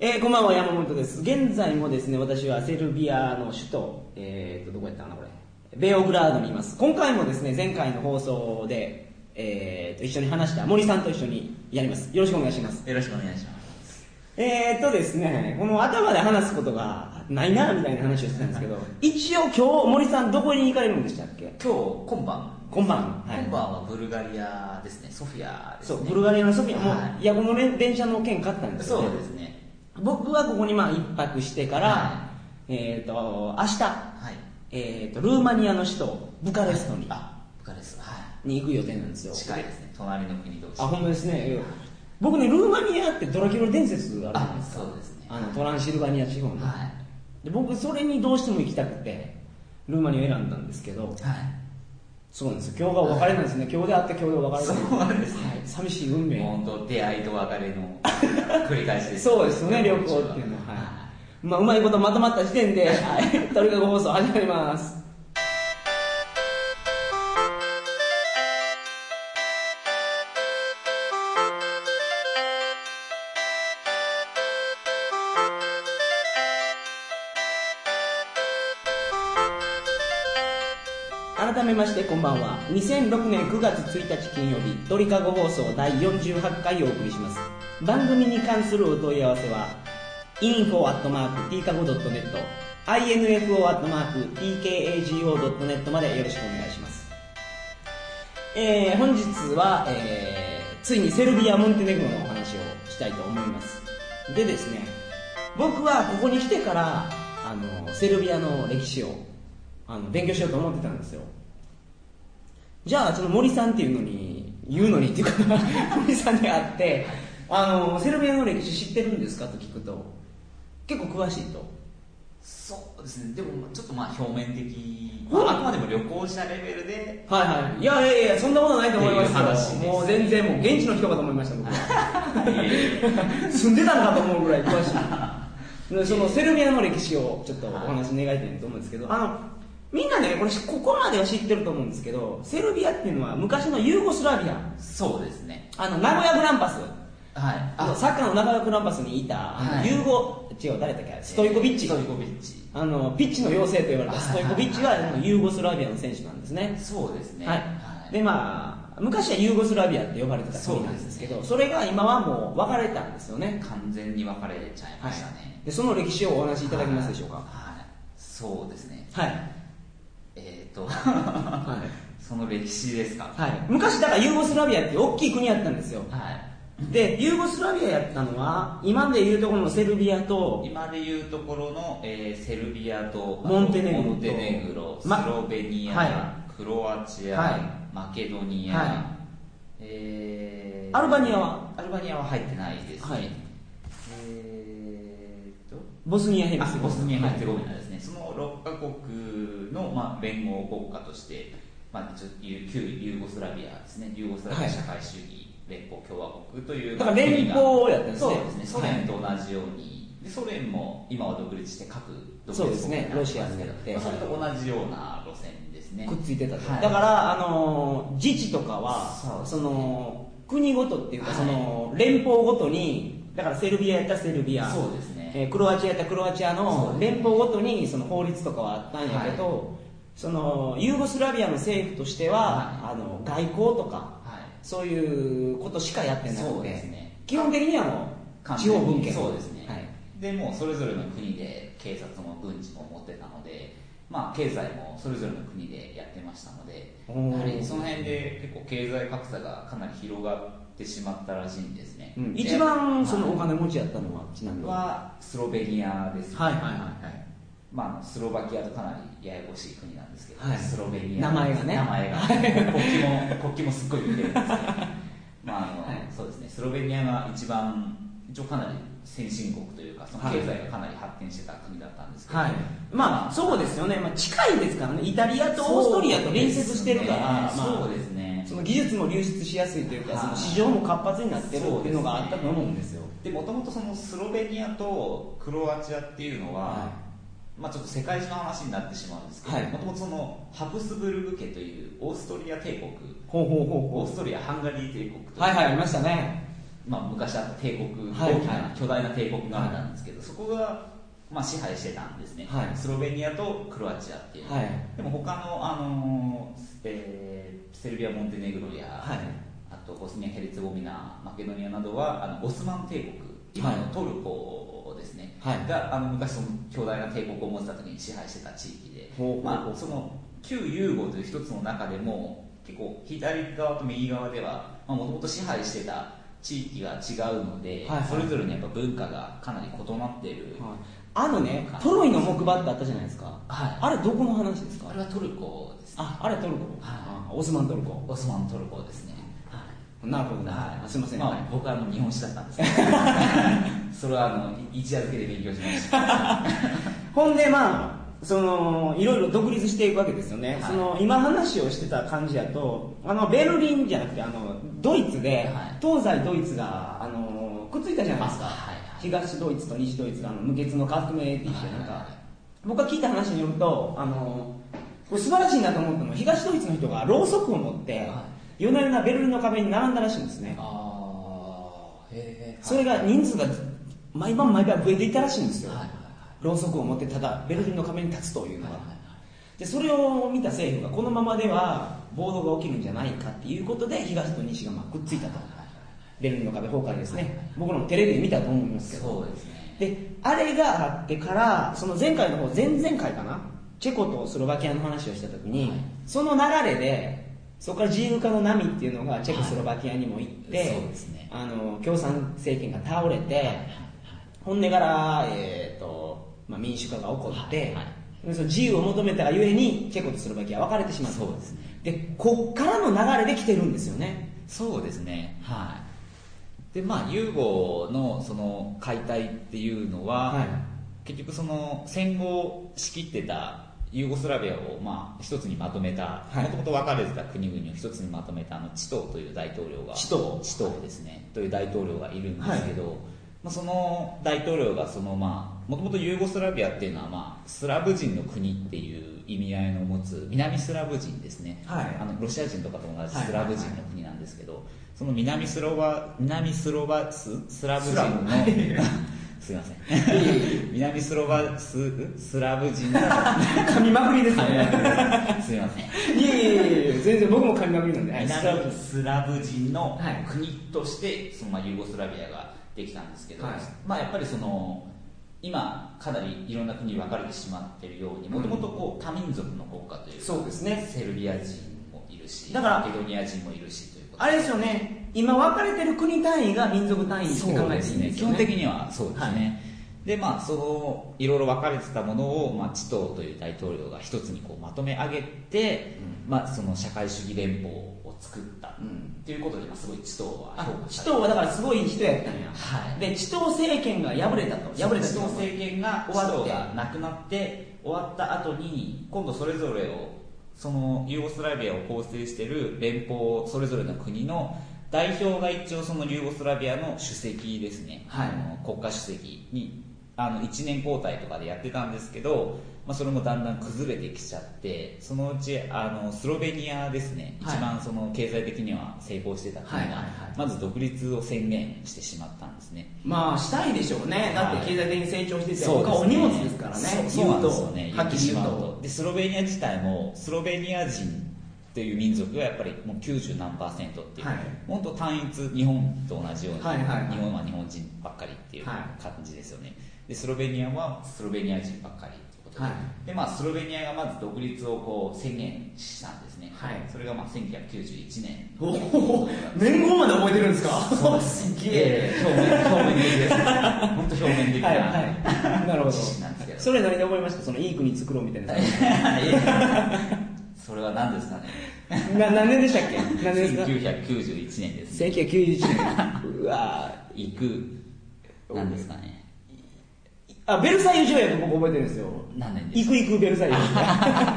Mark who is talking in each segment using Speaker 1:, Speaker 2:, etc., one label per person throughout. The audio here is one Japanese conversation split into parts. Speaker 1: えーこんばんは、山本です。現在もですね、私はセルビアの首都、えーと、どこやったかな、これ。ベオグラードにいます。今回もですね、前回の放送で、えーと、一緒に話した森さんと一緒にやります。よろしくお願いします。
Speaker 2: よろしくお願いします。
Speaker 1: えーとですね、この頭で話すことがないな、みたいな話をしてたんです けど、一応今日、森さんどこに行かれるんでしたっけ
Speaker 2: 今日、今晩、
Speaker 1: こんばんは。はい
Speaker 2: 今晩はブルガリアですね、ソフィアです
Speaker 1: そ
Speaker 2: ね。
Speaker 1: う、ブルガリアのソフィアも、
Speaker 2: はい
Speaker 1: いや、このね電車の券買ったんですよ、
Speaker 2: そうですね。
Speaker 1: 僕はここにまあ一泊してから、
Speaker 2: は
Speaker 1: えっ、と、明日、
Speaker 2: はい。
Speaker 1: えっ、と、ルーマニアの首都、ブカレストに
Speaker 2: あ、ブカレスト。は
Speaker 1: に行く予定なんです
Speaker 2: い。
Speaker 1: よ。
Speaker 2: 近いですね、隣の国同士。
Speaker 1: あ、ほんまですね。僕ね、ルーマニアってドラキュラ伝説あるじゃないですか。
Speaker 2: あそうですね
Speaker 1: あの、トランシルバニア地方の。
Speaker 2: は
Speaker 1: で僕、それにどうしても行きたくて、ルーマニアを選んだんですけど、
Speaker 2: い。は
Speaker 1: そうなんですよ。今日がお別れなんですね。今日で会って今日でお別
Speaker 2: い。
Speaker 1: れ
Speaker 2: そ
Speaker 1: なん
Speaker 2: うなんです
Speaker 1: はい
Speaker 2: ね。
Speaker 1: 寂しい運命。
Speaker 2: 本当、出会いと別 れの繰り返しです。
Speaker 1: そうですね、旅行っていうのは。はい。まあ、うまいことまとまった時点で、はいとにかく放送始まります。改めましてこんばんは2006年9月1日金曜日鳥かご放送第48回をお送りします番組に関するお問い合わせは info.tkago.net info.tkago.net までよろしくお願いしますえー本日は、えーついにセルビア・モンテネグロのお話をしたいと思いますでですね僕はここに来てからあのセルビアの歴史をあの勉強しようと思ってたんですよじゃあその森さんっていうのに言うのにっていうか 森さんに会ってあのセルビアの歴史知ってるんですかと聞くと結構詳しいと
Speaker 2: そうですね、でもちょっとまあ表面的、
Speaker 1: う
Speaker 2: ま
Speaker 1: わ
Speaker 2: あ、あくまでも旅行者レベルで、
Speaker 1: はいはいいやいやいやそんなことないと思いま
Speaker 2: っていう話
Speaker 1: す
Speaker 2: で
Speaker 1: よ
Speaker 2: す
Speaker 1: もう全然もう現地の人かと思いました僕
Speaker 2: いえいえ
Speaker 1: は住んでたのかと思うぐらい詳しい でそのセルビアの歴史をちょっとお話願いたいと思うんですけどあのみんなねこれここまでは知ってると思うんですけどセルビアっていうのは昔のユーゴスラビア
Speaker 2: そうですね。
Speaker 1: あの名古屋グランパス
Speaker 2: はい。
Speaker 1: あのサッカーの名古屋グランパスにいたあの、
Speaker 2: はい
Speaker 1: ユーゴ違う誰だっけストイコビッチ
Speaker 2: ストイコビッチ。
Speaker 1: あのピッチの妖精と言われたストイコビッチが
Speaker 2: はいはいはい
Speaker 1: あのユーゴスラビアの選手なんですね
Speaker 2: そうですね。
Speaker 1: はい、でまあ昔はユーゴスラビアって呼ばれてた国なんですけどそれが今はもう分かれたんですよね、
Speaker 2: 完全に分かれちゃいましたね、
Speaker 1: でその歴史をお話しいただけますでしょうか
Speaker 2: はいそうですね
Speaker 1: はい、
Speaker 2: えっ、と、
Speaker 1: は
Speaker 2: その歴史ですか
Speaker 1: い昔だからユーゴスラビアって大きい国やったんですよ
Speaker 2: はい
Speaker 1: でユーゴスラビアやったのは今でいうところのセルビアと
Speaker 2: 今でいうところの、えーセルビアと
Speaker 1: モンテネグロと
Speaker 2: モンテネグロス
Speaker 1: ま
Speaker 2: ロベニア、
Speaker 1: は
Speaker 2: クロアチア、
Speaker 1: はい
Speaker 2: マケドニア、
Speaker 1: は
Speaker 2: えー
Speaker 1: アルバニアは
Speaker 2: アルバニアは入ってないですね、
Speaker 1: はい
Speaker 2: えーと
Speaker 1: ボスニアヘル
Speaker 2: あ
Speaker 1: ツェゴ
Speaker 2: ボスニア・ヘルツェ
Speaker 1: は
Speaker 2: ゴビナですね、その6カ国の、まあ、連合国家として、まあ、ちょゆ旧ユーゴスラビアですね、ユーゴスラビ
Speaker 1: は
Speaker 2: ア
Speaker 1: い
Speaker 2: 社会主義連邦共和国という、
Speaker 1: だから
Speaker 2: まあ国
Speaker 1: 連
Speaker 2: が
Speaker 1: 邦やったんですね
Speaker 2: そうですね、ソ連と同じように、でソ連も今は独立して各独立
Speaker 1: そうですね
Speaker 2: 国になってますけ
Speaker 1: ロシア
Speaker 2: ど
Speaker 1: になって
Speaker 2: まあそれと同じような路線ですね。
Speaker 1: いくっついてたと、
Speaker 2: はい
Speaker 1: だからあのー自治とかは
Speaker 2: そうです
Speaker 1: その国ごとっていうか、
Speaker 2: はい
Speaker 1: その連邦ごとにだからセルビアやったらセルビア
Speaker 2: そうですね
Speaker 1: えークロアチアやったらクロアチア
Speaker 2: そ
Speaker 1: の
Speaker 2: うです
Speaker 1: 連
Speaker 2: ね
Speaker 1: 邦ごとにその法律とかはあったんやけど、
Speaker 2: は
Speaker 1: そのユーゴスラビアの政府としては、
Speaker 2: は
Speaker 1: あの外交とか
Speaker 2: はい
Speaker 1: そういうことしかやってなくて
Speaker 2: そうですね
Speaker 1: 基本的にはもう
Speaker 2: 完
Speaker 1: 地
Speaker 2: 全に
Speaker 1: 方分権
Speaker 2: そうですね、
Speaker 1: はい
Speaker 2: でもうそれぞれの国で警察も軍事も持ってたのでまあ経済もそれぞれの国でやってましたので
Speaker 1: お
Speaker 2: や
Speaker 1: ー
Speaker 2: はりその辺で結構経済格差がかなり広がってしまったらしいんですね、
Speaker 1: うん
Speaker 2: で
Speaker 1: 一番そのお
Speaker 2: は
Speaker 1: 金持ちやったのはちなみ
Speaker 2: い
Speaker 1: に
Speaker 2: はスロベニアですね
Speaker 1: はいはいはいはい
Speaker 2: まあ、スロバキアとかなりややこしい国なんですけど、
Speaker 1: はい
Speaker 2: スロベニア
Speaker 1: 名前がね
Speaker 2: 名前が国旗も国旗もすっごい似てるんですけど、まああの
Speaker 1: はい
Speaker 2: そうですね、スロベニアが一番一応かなり先進国というかその経済がかなり発展してた国だったんですけど、
Speaker 1: はい、まあそうですよね、まあ、近いですからねイタリアとオーストリアと隣接してるから、ま
Speaker 2: そうです
Speaker 1: あ、
Speaker 2: ね
Speaker 1: その技術も流出しやすいというか、
Speaker 2: はい
Speaker 1: その市場も活発になってるっていうのがあったと思うんですよ
Speaker 2: でもともとそのスロベニアとクロアチアっていうのは、
Speaker 1: は
Speaker 2: まあ、ちょっと世界史の話になってしまうんですけ
Speaker 1: は
Speaker 2: ど
Speaker 1: い
Speaker 2: もともとそのハプスブルク家というオーストリア帝国
Speaker 1: ほうほうほう
Speaker 2: オー
Speaker 1: ほ
Speaker 2: ストリア・ハンガリー帝国
Speaker 1: うはいはいありましたね
Speaker 2: まあ、昔あった帝国、
Speaker 1: はい
Speaker 2: 大き
Speaker 1: は
Speaker 2: ない巨大な帝国があったんですけど、そこが、まあ、支配してたんですね、
Speaker 1: はい
Speaker 2: スロベニアとクロアチアっていう、
Speaker 1: はい
Speaker 2: でも他の、あのーえーセルビア、モンテネグロや、
Speaker 1: はい
Speaker 2: あとボスニア・ヘルツェゴミナ、マケドニアなどはあのオスマン帝国、今の
Speaker 1: はい
Speaker 2: トルコですね、
Speaker 1: はい
Speaker 2: があの昔、その巨大な帝国を持ってた時に支配してた地域で、
Speaker 1: ほう
Speaker 2: まあ、その旧ユーゴという一つの中でも結構左側と右側ではもともと支配してた地域が違うので、
Speaker 1: はいはい
Speaker 2: それぞれのやっぱ文化がかなり異なっている、
Speaker 1: はいあのねトロイの木馬ってあったじゃないですか
Speaker 2: はい
Speaker 1: あれどこの話ですか
Speaker 2: あれはトルコですね
Speaker 1: ああれトルコ
Speaker 2: は
Speaker 1: あオスマントルコ
Speaker 2: オスマントルコですねはい
Speaker 1: なるほど
Speaker 2: は
Speaker 1: あすいません
Speaker 2: ま
Speaker 1: はい
Speaker 2: あ、僕はあの日本史だったんですけど それはあのい一夜漬けで勉強しました
Speaker 1: ほんでまあそのいろいろ独立していくわけですよね、
Speaker 2: はい
Speaker 1: その今話をしてた感じだとあのベルリンじゃなくてあのドイツで、
Speaker 2: はい
Speaker 1: 東西ドイツがあのくっついたじゃないですか、
Speaker 2: あはいはい
Speaker 1: 東ドイツと西ドイツがあの無血の革命って言ってなんか、
Speaker 2: はいはいはい
Speaker 1: 僕が聞いた話によるとあのこれ素晴らしいなと思ったのは東ドイツの人がろうそくを持って、
Speaker 2: は
Speaker 1: 夜な夜なベルリンの壁に並んだらしいんですね
Speaker 2: あーへえ
Speaker 1: それが人数が毎晩毎晩増えていったらしいんですよ、
Speaker 2: はいはい
Speaker 1: ろうそくを持ってただベルリンの壁に立つというのは,、
Speaker 2: はいはいはい
Speaker 1: でそれを見た政府がこのままでは暴動が起きるんじゃないかっていうことで東と西がまあくっついたとベルリンの壁崩壊ですね、僕らもテレビで見たと思いますけど
Speaker 2: そうですね
Speaker 1: であれがあってからその前回の方前々回かなチェコとスロバキアの話をした時に、
Speaker 2: はい
Speaker 1: その流れでそこから自由化の波っていうのがチェコスロバキアにも行って、
Speaker 2: はいそうですね
Speaker 1: あの共産政権が倒れて、本音から、えーとまあ、民主化が起こって、
Speaker 2: はいはい
Speaker 1: でその自由を求めたがゆえにチェコとスロバキアは別れてしまった
Speaker 2: そうですね
Speaker 1: でこっからの流れで来てるんですよね
Speaker 2: そうですねはいでまあユーゴのその解体っていうのは、
Speaker 1: はい
Speaker 2: 結局その戦後仕切ってたユーゴスラビアをまあ一つにまとめた
Speaker 1: はい
Speaker 2: もともと分かれてた国々を一つにまとめたあのチトーという大統領が
Speaker 1: チトー
Speaker 2: チトーですねという大統領がいるんですけど、まあ、その大統領がそのまあもともとユーゴスラビアっていうのはまあスラブ人の国っていう意味合いの持つ南スラブ人ですね、
Speaker 1: はい
Speaker 2: あのロシア人とかと同じ
Speaker 1: はい
Speaker 2: スラブ人の国なんですけど、その南スロバ南スロバススラブ人の
Speaker 1: スラブ
Speaker 2: すいません 南スロバススラブ人の
Speaker 1: 噛みまくりですね、
Speaker 2: すいませ ん
Speaker 1: いやいやいやいや全然僕も噛みまくりなんで、はい
Speaker 2: 南スラブ人の
Speaker 1: はい
Speaker 2: 国としてそのまあユーゴスラビアができたんですけど、
Speaker 1: はい
Speaker 2: まあ、やっぱりその今かなりいろんな国に分かれてしまってるようにもともとこう多民族の国家というか
Speaker 1: そうですね
Speaker 2: セルビア人もいるし
Speaker 1: だから
Speaker 2: マケドニア人もいるしということ
Speaker 1: あれですよね今分かれてる国単位が民族単位って考えていいんです
Speaker 2: 基
Speaker 1: よね
Speaker 2: 本的にはそうですね、
Speaker 1: はい
Speaker 2: でまあそのいろいろ分かれてたものを、まあ、チトーという大統領が一つにこうまとめ上げて、まあ、その社会主義連邦を作ったっ
Speaker 1: うん
Speaker 2: ていうことで、まあ、すごいチトーは
Speaker 1: あ
Speaker 2: 評価
Speaker 1: チ
Speaker 2: され
Speaker 1: トーはだからすごい人やったんや、
Speaker 2: はい
Speaker 1: でチトー政権が敗れたと
Speaker 2: 敗
Speaker 1: 敗れ
Speaker 2: れた
Speaker 1: た
Speaker 2: チ
Speaker 1: と
Speaker 2: トー政権が
Speaker 1: 終わって
Speaker 2: チトーがなくなって終わった後に今度それぞれをそのユーゴスラビアを構成している連邦それぞれの国の代表が一応そのユーゴスラビアの主席ですね、
Speaker 1: はい
Speaker 2: あの国家主席にあの1年交代とかでやってたんですけど、まあ、それもだんだん崩れてきちゃってそのうちあのスロベニアですね、
Speaker 1: はい
Speaker 2: 一番その経済的には成功してた国が、
Speaker 1: はいはいはい
Speaker 2: まず独立を宣言してしまったんですね
Speaker 1: まあしたいでしょうねだって経済的に成長してて、他お荷物ですからね
Speaker 2: そうそうなんですよね
Speaker 1: 言うとはっきり言う
Speaker 2: 言ってしまう
Speaker 1: と
Speaker 2: とでスロベニア自体もスロベニア人という民族がやっぱりもう90何パーセントっていう、
Speaker 1: はい
Speaker 2: 本当単一日本と同じように、
Speaker 1: はいはいはい
Speaker 2: 日本は日本人ばっかりっていう
Speaker 1: は
Speaker 2: 感じですよね、でスロベニアはスロベニア人ばっかりってことで,、
Speaker 1: はい
Speaker 2: でまあ、スロベニアがまず独立をこう宣言したんですね、
Speaker 1: はい
Speaker 2: それがまあ1991年
Speaker 1: おお年号まで覚えてるんですか
Speaker 2: そう
Speaker 1: すげ
Speaker 2: え
Speaker 1: え
Speaker 2: 表面表面的です本当表面的な、
Speaker 1: はいはい なるほど
Speaker 2: 知識なんですけど
Speaker 1: それ何で覚えましたそのいい国作ろう みたいな
Speaker 2: それは何ですかね
Speaker 1: な何年でしたっけ何年ですか
Speaker 2: 1991年ですね
Speaker 1: 1991年 うわ
Speaker 2: 行く何ですか ね
Speaker 1: あベルサイユ条約僕覚えてるんですよ
Speaker 2: 何年で
Speaker 1: 行
Speaker 2: す
Speaker 1: く行くベルサイユ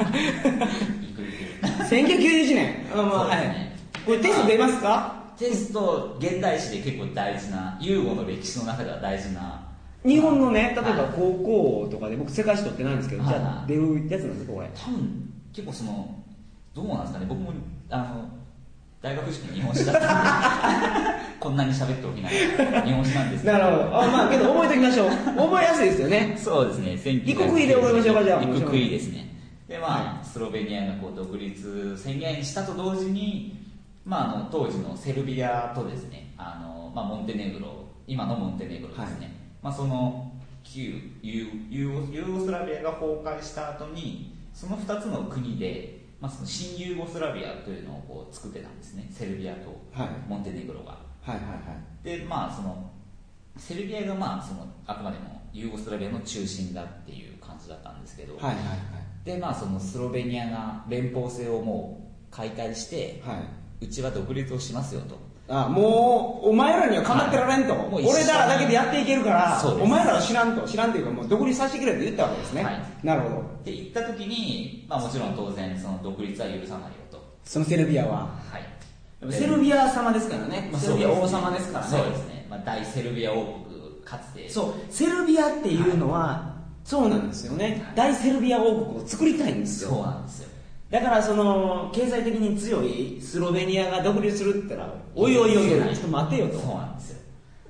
Speaker 2: 行く行 く
Speaker 1: 1991年あまあ、
Speaker 2: そうですね
Speaker 1: はいこれテスト出ますか
Speaker 2: テスト現代史で結構大事なユーゴの歴史の中では大事な
Speaker 1: 日本のね例えば
Speaker 2: はい
Speaker 1: 高校とかで僕世界史取ってないんですけど
Speaker 2: は
Speaker 1: じ
Speaker 2: い
Speaker 1: ゃあ出るやつなんですかこれ
Speaker 2: 多分結構そのどうなんですかね僕もあの大学式日本史だった こんなに喋っておきながら日本史なんですけ
Speaker 1: なるほどあまあけど覚えておきましょう覚えやすいですよね
Speaker 2: そうですね1990
Speaker 1: 異国意で覚えましょうかじゃあ
Speaker 2: 異国意ですねでまあ、
Speaker 1: は
Speaker 2: スロベニアがこう独立宣言したと同時に、まあ、あの当時のセルビアとですねあの、まあ、モンテネグロ今のモンテネグロです
Speaker 1: は
Speaker 2: ね、
Speaker 1: い
Speaker 2: まあ、その旧ユーユーゴユーゴスラビアが崩壊した後にその2つの国で、まあ、その新ユーゴスラビアというのをこう作ってたんですねセルビアと
Speaker 1: はい
Speaker 2: モンテネグロが、
Speaker 1: はいはい
Speaker 2: でまあそのセルビアがまあそのあくまでもユーゴスラビアの中心だっていう感じだったんですけど、
Speaker 1: はいはいはい
Speaker 2: でまあそのスロベニアが連邦制をもう解体して、
Speaker 1: はいはいう
Speaker 2: ちは独立をしますよと
Speaker 1: あもうお前らにはかなってられんと、
Speaker 2: はいもう一緒
Speaker 1: 俺らだけでやっていけるから
Speaker 2: そうです
Speaker 1: お前らは知らんと知らんというかもう独立させてくれって言ったわけですね、
Speaker 2: はい
Speaker 1: なるほど
Speaker 2: って言った時に、まあ、もちろん当然その独立は許さないよと
Speaker 1: そのセルビアは
Speaker 2: はい
Speaker 1: セルビア様ですからね、
Speaker 2: まあ
Speaker 1: セルビア王様ですからね
Speaker 2: そうですね、まあ、大セルビア王国かつて
Speaker 1: そうセルビアっていうのは、そうなんですよね、
Speaker 2: はい
Speaker 1: 大セルビア王国を作りたいんですよ
Speaker 2: そうなんですよ
Speaker 1: だからその経済的に強いスロベニアが独立するって言ったらおいおいおいおいちょっと待てよと
Speaker 2: そうなんですよ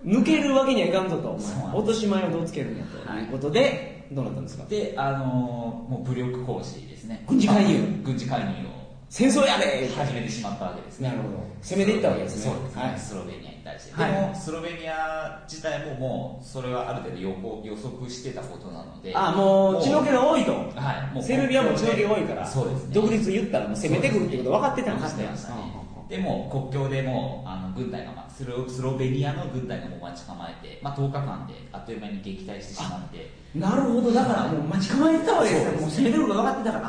Speaker 1: 抜けるわけにはいかんぞとお
Speaker 2: そうなん
Speaker 1: 前
Speaker 2: です
Speaker 1: 落とし前をどうつけるんやと
Speaker 2: はい
Speaker 1: いうことでどうなったんですか
Speaker 2: であのーもう武力行使ですね
Speaker 1: 軍事介入
Speaker 2: まあ軍事介入を
Speaker 1: 戦争やで
Speaker 2: 始めてしまったわけですね
Speaker 1: なるほど攻めていったわけですね
Speaker 2: そうですね、
Speaker 1: はい
Speaker 2: スロベニアに対して、
Speaker 1: はい
Speaker 2: でもスロベニア自体ももうそれはある程度予報予測してたことなので
Speaker 1: あもう血の気
Speaker 2: が
Speaker 1: が多いと
Speaker 2: はいもう
Speaker 1: セルビアも血の気が多いから
Speaker 2: そうですね
Speaker 1: 独立言ったらもう攻めてくるってこと分かってたんです
Speaker 2: 分
Speaker 1: ね
Speaker 2: かってましたねでもう国境でもうあの軍隊が、まあ、スロスロベニアの軍隊がもう待ち構えて、まあ、10日間であっという間に撃退してしまって
Speaker 1: なるほどだからもう待ち構えてたわけですよ
Speaker 2: そう
Speaker 1: もう攻めてくること分かってたからは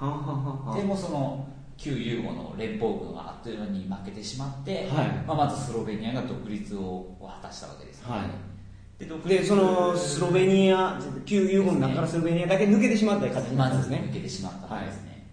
Speaker 1: あはあはあ
Speaker 2: でもうその旧ユーゴの連邦軍はあっという間に負けてしまって、
Speaker 1: はい
Speaker 2: まあ、まずスロベニアが独立を果たしたわけです、
Speaker 1: は
Speaker 2: で独
Speaker 1: い
Speaker 2: 立
Speaker 1: でそのスロベニア旧ユーゴの中からスロベニアだけ抜けてしまった形にな
Speaker 2: ま
Speaker 1: ったんです
Speaker 2: ず
Speaker 1: ね
Speaker 2: 抜けてしまったんですね、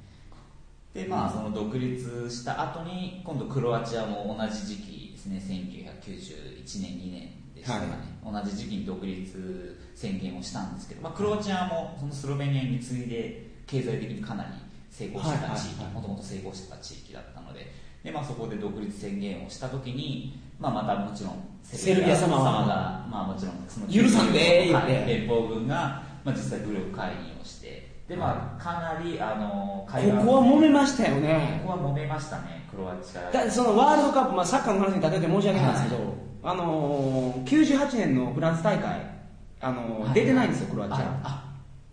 Speaker 2: でまあその独立した後に今度クロアチアも同じ時期ですね1991年2年でしたかね、同じ時期に独立宣言をしたんですけど、まあ、クロアチアもそのスロベニアに次いで経済的にかなり成功して
Speaker 1: は
Speaker 2: た地
Speaker 1: いはいは
Speaker 2: 域
Speaker 1: い
Speaker 2: もともと成功してた地域だったのでで、まあ、そこで独立宣言をした時に、まあ、またもちろん
Speaker 1: セルビア様は
Speaker 2: が、まあ、もちろんその
Speaker 1: 許さんでー言って
Speaker 2: はい連邦軍が、まあ、実際武力介入をしてで、まあ、かなりあの
Speaker 1: こ
Speaker 2: 海岸
Speaker 1: こは揉め
Speaker 2: こ
Speaker 1: ましたよね
Speaker 2: こは揉めましたねクロアチア
Speaker 1: だそのワールドカップ、まあ、サッカーの話に例えて申し訳ないんですけど、あのー、98年のフランス大会、あのー
Speaker 2: はい
Speaker 1: 出てないんですよ、クロアチ
Speaker 2: あ
Speaker 1: ア。
Speaker 2: あ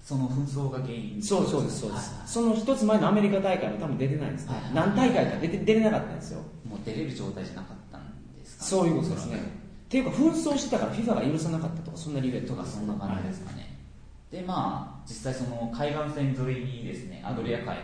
Speaker 2: その紛争が原因
Speaker 1: そうそうです、そうです、その一つ前のアメリカ大会も多分出てないんですね、
Speaker 2: はい
Speaker 1: 何大会か出て出れなかったんですよ、
Speaker 2: はいもう出れる状態じゃなかったんですかね
Speaker 1: そういうことですね。っていうか、紛争してたから、FIFA が許さなかったとか、そんな理由やった
Speaker 2: とかそんな感じですすかね、でまあ実際その海岸線沿いにですねアドリア海の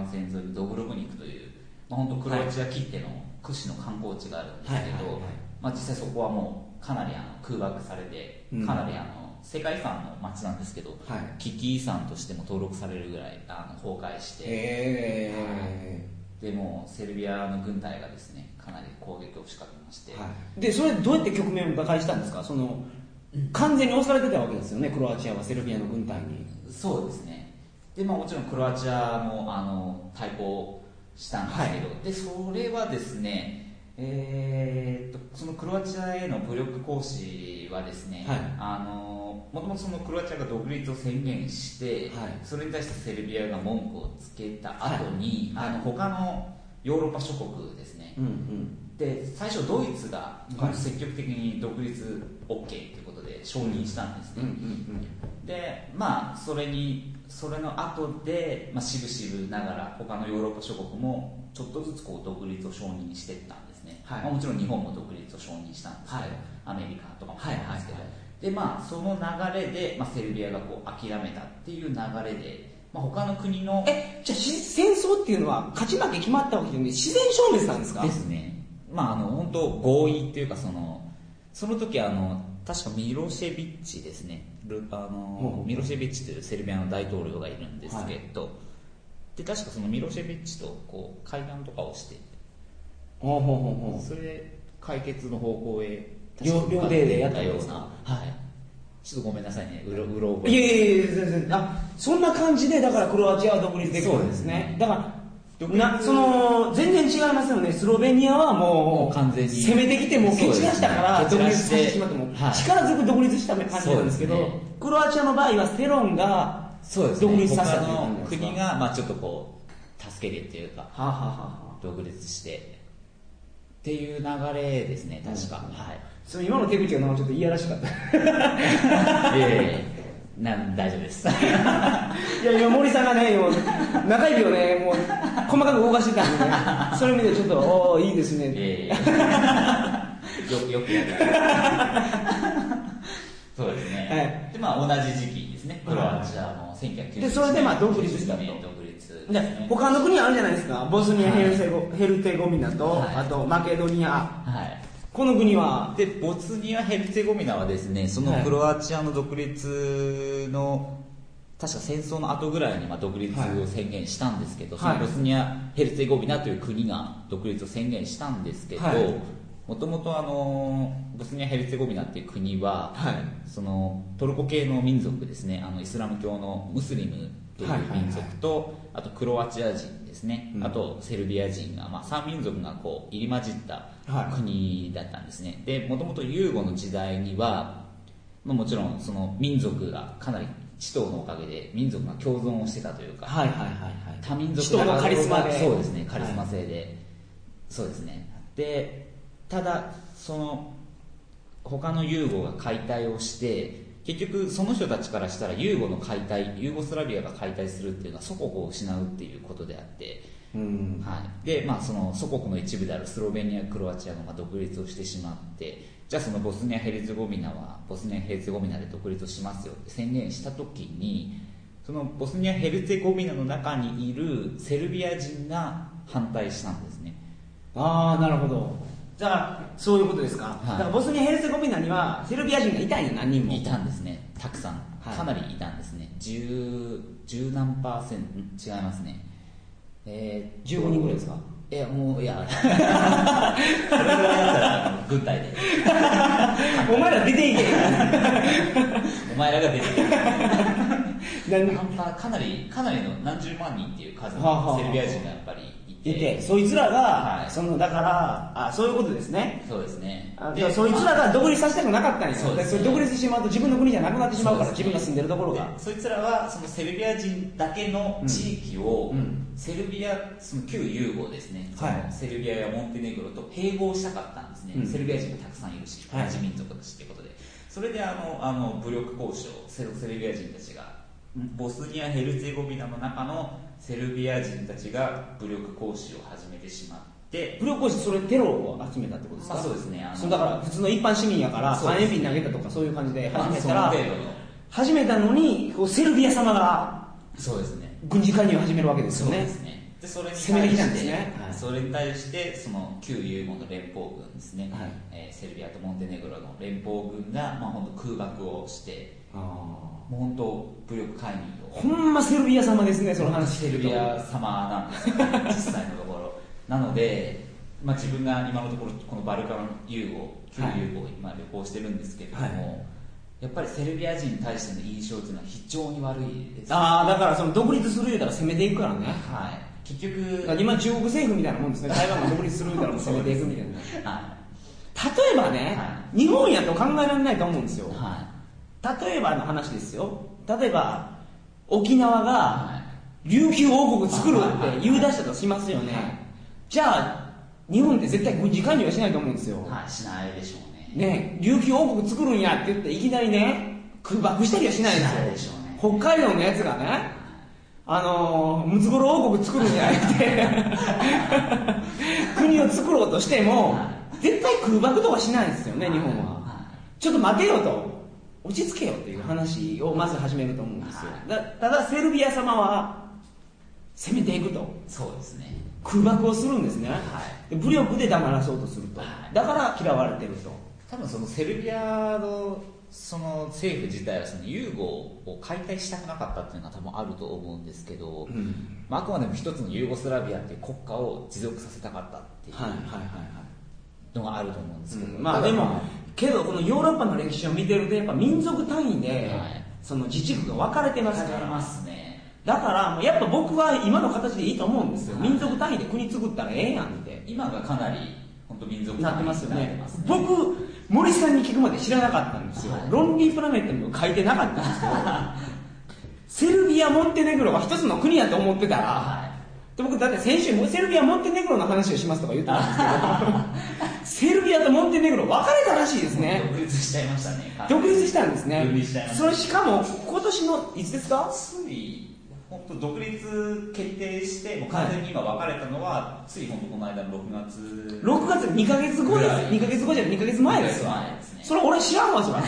Speaker 2: 海岸線沿いにドブロブニクという、まあ、本当クロアチア切手の屈指の観光地があるんですけ
Speaker 1: はいはいはい
Speaker 2: ど
Speaker 1: はい
Speaker 2: まあ実際そこはもうかなりあの空爆されて
Speaker 1: うん
Speaker 2: かなりあの世界遺産の街なんですけど、
Speaker 1: はい
Speaker 2: 危機遺産としても登録されるぐらいあの崩壊して、
Speaker 1: へ
Speaker 2: でもうセルビアの軍隊がですねかなり攻撃を仕掛けまして、
Speaker 1: ーはい、でそれ、どうやって局面を打開したんですか、その完全に押されてたわけですよね、クロアチアはセルビアの軍隊に。
Speaker 2: そうですねで、まあ、もちろんクロアチアもあの対抗したんですけど、でそれはですねえーっとそのクロアチアへの武力行使はですね、
Speaker 1: はい
Speaker 2: あのもともとそのクロアチアが独立を宣言して、
Speaker 1: はい
Speaker 2: それに対してセルビアが文句をつけた後に、
Speaker 1: はい
Speaker 2: あの他のヨーロッパ諸国ですね、
Speaker 1: うんうん
Speaker 2: で最初ドイツが
Speaker 1: はい
Speaker 2: 積極的に独立 OK ということで承認したんですね、でまあそれにそれの後でまあしぶしぶながら他のヨーロッパ諸国もちょっとずつこう独立を承認していったんですね、
Speaker 1: はい
Speaker 2: まあもちろん日本も独立を承認したんですけど、
Speaker 1: はい
Speaker 2: アメリカとかもそうなんですけど、
Speaker 1: はいは
Speaker 2: でまあその流れで、まあ、セルビアがこう諦めたっていう流れで、まあ、他の国の
Speaker 1: えじゃあし戦争っていうのは勝ち負け決まったわけじゃなくて自然消滅なんですか
Speaker 2: ですねまああの本当合意っていうかそのその時あの確かミロシェビッチですねル
Speaker 1: ほ
Speaker 2: あ
Speaker 1: う
Speaker 2: の
Speaker 1: ほう
Speaker 2: ミロシェビッチというセルビアの大統領がいるんですけど、で確かそのミロシェビッチとこう会談とかをして
Speaker 1: ほうほうほうほ
Speaker 2: それで解決の方向へ
Speaker 1: 両
Speaker 2: 確か
Speaker 1: 両手でやった
Speaker 2: よ
Speaker 1: んです
Speaker 2: う
Speaker 1: か
Speaker 2: なはいちょっとごめんなさいねうろうろ覚
Speaker 1: ういやいやいや全然あそんな感じでだからクロアチアは独立できたんですね
Speaker 2: そうですね
Speaker 1: だから
Speaker 2: 独立
Speaker 1: なその全然違いますよねスロベニアはもう
Speaker 2: もう完全に
Speaker 1: 攻めてきてもう蹴散らしたから
Speaker 2: そ
Speaker 1: 独
Speaker 2: うですね
Speaker 1: 立さ
Speaker 2: 蹴散らして
Speaker 1: せてしまってもう
Speaker 2: はい
Speaker 1: 力ずく独立した感じなんですけど
Speaker 2: そうですね
Speaker 1: クロアチアの場合はセロンが
Speaker 2: そうですね
Speaker 1: 独立させたという
Speaker 2: 他
Speaker 1: 感
Speaker 2: の
Speaker 1: じなんで
Speaker 2: 国
Speaker 1: すか
Speaker 2: が、まあ、ちょっとこう助けてっていうか
Speaker 1: はあはあはあはあ
Speaker 2: 独立してっていう流れですね確か、はい
Speaker 1: その今の手口がなんかちょっといやらしかった
Speaker 2: いやいやいやなん大丈夫です
Speaker 1: いや今森さんがねもう中指をねもう細かく動かしてたんでねそれ見てちょっとおおいいですね
Speaker 2: いやいやいやよくよくやるそうですね、でまあ同じ時期ですねクロアチアも1990年
Speaker 1: でそれでまあ独立したと
Speaker 2: 独立です
Speaker 1: で
Speaker 2: ね
Speaker 1: 他の国あるじゃないですかボスニア・ヘルセゴヘルテゴミナと、
Speaker 2: はい
Speaker 1: あとマケドニア
Speaker 2: はい
Speaker 1: この国は
Speaker 2: でボツニア・ヘルツェゴミナはですねその
Speaker 1: はい
Speaker 2: クロアチアの独立の確か戦争の後ぐらいにまあ独立を宣言したんですけど、
Speaker 1: はい
Speaker 2: そのボスニア・ヘルツェゴミナという国が独立を宣言したんですけど
Speaker 1: はい
Speaker 2: もともとあのボスニア・ヘルツェゴミナっていう国は、
Speaker 1: はい
Speaker 2: そのトルコ系の民族ですねあのイスラム教のムスリムという
Speaker 1: はいはいはい
Speaker 2: 民族と、あとクロアチア人ですね、
Speaker 1: うん
Speaker 2: あとセルビア人が、まあ、3民族がこう入り混じった
Speaker 1: はい
Speaker 2: 国だったんですね、でもともとユーゴの時代には、まあ、もちろんその民族がかなり地頭のおかげで民族が共存をしてたというか、
Speaker 1: はいはいはいはい
Speaker 2: 多民族
Speaker 1: 人のカリスマで
Speaker 2: そうですねカリスマ
Speaker 1: はい
Speaker 2: 性で、そうですねでただその他のユーゴが解体をして結局その人たちからしたらユーゴの解体ユーゴスラビアが解体するっていうのは祖国を失うっていうことであって、
Speaker 1: うん
Speaker 2: はい、で、まあ、その祖国の一部であるスロベニアクロアチアがまあ独立をしてしまってじゃあそのボスニア・ヘルツェゴミナはボスニア・ヘルツェゴミナで独立をしますよって宣言した時にそのボスニア・ヘルツェゴミナの中にいるセルビア人が反対したんですね
Speaker 1: ああなるほどだからそういうことですか、
Speaker 2: い
Speaker 1: だからボスニア・ヘルツェゴビナにはセルビア人がいたんや何人も
Speaker 2: いたんですねたくさん
Speaker 1: はい
Speaker 2: かなりいたんですね十十何パーセント違いますねえーっと
Speaker 1: 15人ぐらいですか
Speaker 2: いやもういや それぐらいだったらあの軍隊で
Speaker 1: お前ら出ていけ
Speaker 2: お前らが出てくる
Speaker 1: なん
Speaker 2: 半端かなりかなりの何十万人っていう数
Speaker 1: はあはあは
Speaker 2: の
Speaker 1: あ
Speaker 2: セルビア人がやっぱりいて
Speaker 1: 出てそいつらが、
Speaker 2: はい
Speaker 1: そのだからあそういうことですね
Speaker 2: そうですね
Speaker 1: あだ
Speaker 2: で
Speaker 1: からそいつらが独立させたくなかったんや
Speaker 2: そうです
Speaker 1: だからそれ独立してしまうと自分の国じゃなくなってしまうから
Speaker 2: そうです
Speaker 1: 自分が住んでるところが
Speaker 2: でそいつらはそのセルビア人だけの地域を、
Speaker 1: うんうん
Speaker 2: セルビアその旧ユーゴですね、
Speaker 1: はい
Speaker 2: そのセルビアやモンテネグロと併合したかったんですね、
Speaker 1: うん
Speaker 2: セルビア人がたくさんいるし同
Speaker 1: はい
Speaker 2: じ民族だしってことで、それであのあの武力交渉セルセルビア人たちがボスニア・ヘルツェゴビナの中のセルビア人たちが武力行使を始めてしまって
Speaker 1: 武力行使それテロを集めたってことですか、
Speaker 2: まあそうですねあの
Speaker 1: そうだから普通の一般市民やから
Speaker 2: そう
Speaker 1: 3
Speaker 2: です
Speaker 1: 円瓶投げたとかそういう感じで
Speaker 2: まあ
Speaker 1: 始め
Speaker 2: そ
Speaker 1: た
Speaker 2: の
Speaker 1: ら
Speaker 2: 程度の
Speaker 1: 始めたのにこうセルビア様が
Speaker 2: そうですね
Speaker 1: 軍事介入を始めるわけですよね
Speaker 2: ね。でそれに
Speaker 1: 攻め
Speaker 2: 対
Speaker 1: てきたん
Speaker 2: し
Speaker 1: です
Speaker 2: て、
Speaker 1: ねはい
Speaker 2: それに対してその旧ユーゴの連邦軍ですね、
Speaker 1: はい
Speaker 2: えーセルビアとモンテネグロの連邦軍が、まあ、本当空爆をして
Speaker 1: あ
Speaker 2: もう本当武力介入
Speaker 1: ーほ
Speaker 2: を
Speaker 1: んまセルビア様ですねその話
Speaker 2: セルビア様なんですよ実際のところ なので、まあ、自分が今のところこのバルカンユーゴ旧ユ
Speaker 1: はい
Speaker 2: ーゴを今旅行してるんですけれども、
Speaker 1: はい
Speaker 2: やっぱりセルビア人に対しての印象というのは非常に悪いです
Speaker 1: ああだからその独立する言うたら攻めていくからね
Speaker 2: はい結局
Speaker 1: だから今中国政府みたいなもんですね台湾が独立する言うたらもう攻めていくみたいな
Speaker 2: は
Speaker 1: 例えばね、
Speaker 2: は
Speaker 1: 日本やと考えられないと思うんですよ
Speaker 2: い、はい
Speaker 1: 例えばの話ですよ例えば沖縄
Speaker 2: は
Speaker 1: が
Speaker 2: い
Speaker 1: 琉球王国作るって言い出したとしますよね、
Speaker 2: はい
Speaker 1: じゃあ日本って絶対軍事介入はしないと思うんですよ、
Speaker 2: はい、しないでしょうね。
Speaker 1: ね琉球王国作るんやって言っていきなりね空爆したりはしないん
Speaker 2: しない
Speaker 1: で
Speaker 2: ですし
Speaker 1: よ
Speaker 2: ょうね
Speaker 1: 北海道のやつがねあのームツゴロウ王国作るんじゃなく て国を作ろうとしても
Speaker 2: は
Speaker 1: 絶対空爆とかしないんですよね
Speaker 2: はい
Speaker 1: 日本は
Speaker 2: は
Speaker 1: ちょっと待てよと落ち着けよっていう話をまず始めると思うんですよだただセルビア様は攻めていくと
Speaker 2: そうですね。
Speaker 1: 空爆をするんですね、で武力で黙らそうとすると
Speaker 2: はい
Speaker 1: だから嫌われてると
Speaker 2: 多分そのセルビアのその政府自体はそのユーゴを解体したくなかったっていうのが多分あると思うんですけど、
Speaker 1: ん
Speaker 2: まあ、あくまでも一つのユーゴスラビアっていう国家を持続させたかったってい
Speaker 1: はいはいはいう
Speaker 2: のがあると思うんですけど、
Speaker 1: まあ
Speaker 2: ただ
Speaker 1: でもけどこのヨーロッパの歴史を見てるとやっぱ民族単位で、
Speaker 2: はい
Speaker 1: その自治区が分かれてます
Speaker 2: 分
Speaker 1: か
Speaker 2: からりますね。
Speaker 1: だから、もうやっぱ僕は今の形でいいと思うんですよ。
Speaker 2: はい
Speaker 1: 民族単位で国作ったらええやんって。
Speaker 2: 今がかなり本当民族
Speaker 1: なってますよ
Speaker 2: なって
Speaker 1: ね
Speaker 2: ます。
Speaker 1: 僕、森さんに聞くまで知らなかったんですよ
Speaker 2: は。い
Speaker 1: ロンリープラネットにも書いてなかったんですけど、セ ルビア、モンテネグロが一つの国やと思ってたら、
Speaker 2: は
Speaker 1: で僕だって先週もセルビア、モンテネグロの話をしますとか言ってたんです けど、セルビアとモンテネグロ別れたらしいです
Speaker 2: い、
Speaker 1: ね。
Speaker 2: 独立しちゃいましたね完全に
Speaker 1: 独立したんですね。
Speaker 2: 独立しちゃいました
Speaker 1: それしかも今年のいつですか
Speaker 2: つい本当独立決定してもう完全に今別れたのは、つい本当この間の6月
Speaker 1: ?6 月2ヶ月後で
Speaker 2: ぐら
Speaker 1: す。
Speaker 2: い
Speaker 1: 2ヶ月後じゃない2ヶ月前ですわ。
Speaker 2: 前ですね
Speaker 1: それ俺知らんわ、それ。2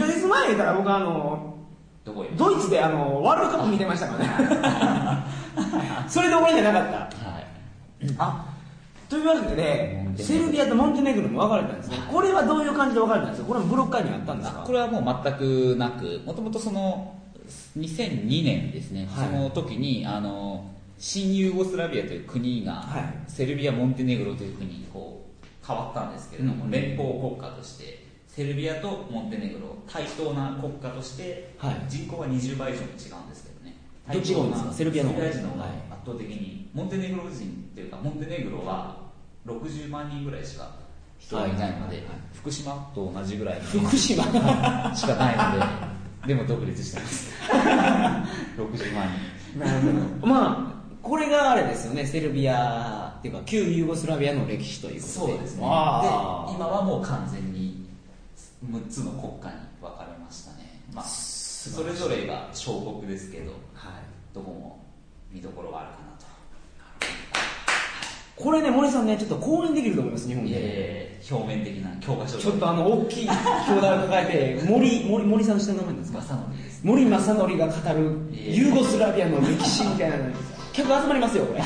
Speaker 1: ヶ月前だから僕あの、
Speaker 2: どこへ
Speaker 1: ドイツであのワールドカップ見てましたからねそれどころじゃなかった
Speaker 2: はい
Speaker 1: あというわけでセルビアとモンテネグロも分かれたんですねこれはどういう感じで分かれたんですかこれもブロッカーにあったんですか
Speaker 2: これはもう全くなくもともとその2002年ですね、
Speaker 1: はい
Speaker 2: その時にあの新ユーゴスラビアという国が、
Speaker 1: はい
Speaker 2: セルビア・モンテネグロという国にこう変わったんですけれども、
Speaker 1: うん
Speaker 2: 連邦国家としてセルビアとモンテネグロ対等な国家として、
Speaker 1: はい
Speaker 2: 人口は20倍以上も違うんですけどね
Speaker 1: どっちが多いんですか
Speaker 2: 対等な
Speaker 1: セルビアの方
Speaker 2: セルビア人の方が
Speaker 1: はい
Speaker 2: 圧倒的にモンテネグロ人というかモンテネグロは60万人ぐらいしか人がいないので、
Speaker 1: はいはいはい
Speaker 2: 福島と同じぐらいの
Speaker 1: 福島
Speaker 2: しかないので、でも独立してます。60万
Speaker 1: なるほど まあこれがあれですよねセルビアっていうか旧ユーゴスラビアの歴史という
Speaker 2: 人。
Speaker 1: ことで
Speaker 2: そうですね。で、今
Speaker 1: あー
Speaker 2: はもう完全に6つの国家に分かれましたね。まあ、
Speaker 1: 素
Speaker 2: そ
Speaker 1: 晴
Speaker 2: れ
Speaker 1: らしい
Speaker 2: ぞれが小国ですけど、
Speaker 1: はい
Speaker 2: どこも見どころがあるかな
Speaker 1: これね森さんねちょっと講演できると思います日本
Speaker 2: と。い
Speaker 1: で、
Speaker 2: えいえ表面的な教科書
Speaker 1: ちょっとあの大きい表題を抱えて森森森さんの下の名前なんですか
Speaker 2: 正則です。
Speaker 1: 森正則が語る
Speaker 2: ええ
Speaker 1: ユーゴスラビアの歴史みたいなのに客集まりますよこれ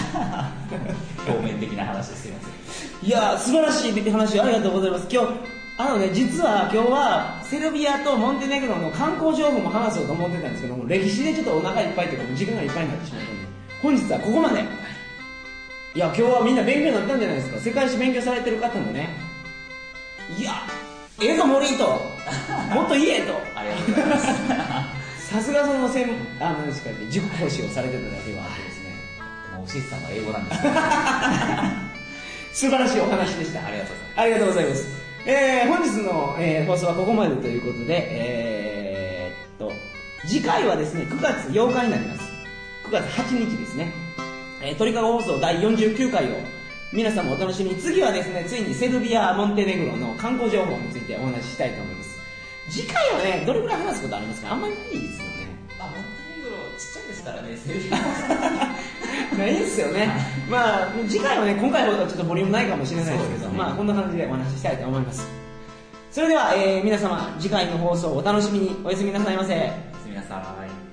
Speaker 2: 表面的な話ですいま
Speaker 1: いやー素晴らしい話ありがとうございます今日あのね実は今日はセルビアとモンテネグロの観光情報も話そうと思ってたんですけども歴史でちょっとお腹いっぱいというかもう時間がいっぱいになってしまったんで本日はここまでいや今日はみんな勉強になったんじゃないですか世界史勉強されてる方もねいやええぞ森ともっと言えと
Speaker 2: せん。ありがとうございます。
Speaker 1: さすがその専あのですかね塾講師をされてただけはあってですね
Speaker 2: でもおしっさんが英語なんですけど、
Speaker 1: 素晴らしいお話でした
Speaker 2: ありがとうございます。
Speaker 1: ありがとうございます、えー、本日の、えー放送はここまでということでえー、っと次回はですね9月8日になります9月8日ですね、えー、鳥かご放送第49回を皆さんもお楽しみに次はですねついにセルビアモンテネグロの観光情報についてお話ししたいと思います次回はねどれぐらい話すことありますかあんまりないですよね
Speaker 2: まあ、モンテネグロちっちゃいです からね、セルビア
Speaker 1: ないですよね、まあ、次回はね、今回ほどちょっとボリュームないかもしれないですけ
Speaker 2: そうで
Speaker 1: ど、
Speaker 2: すね
Speaker 1: まあ、こんな感じでお話ししたいと思います。それでは、えー皆様、次回の放送をお楽しみに、おやすみなさいませ。
Speaker 2: すみなさい。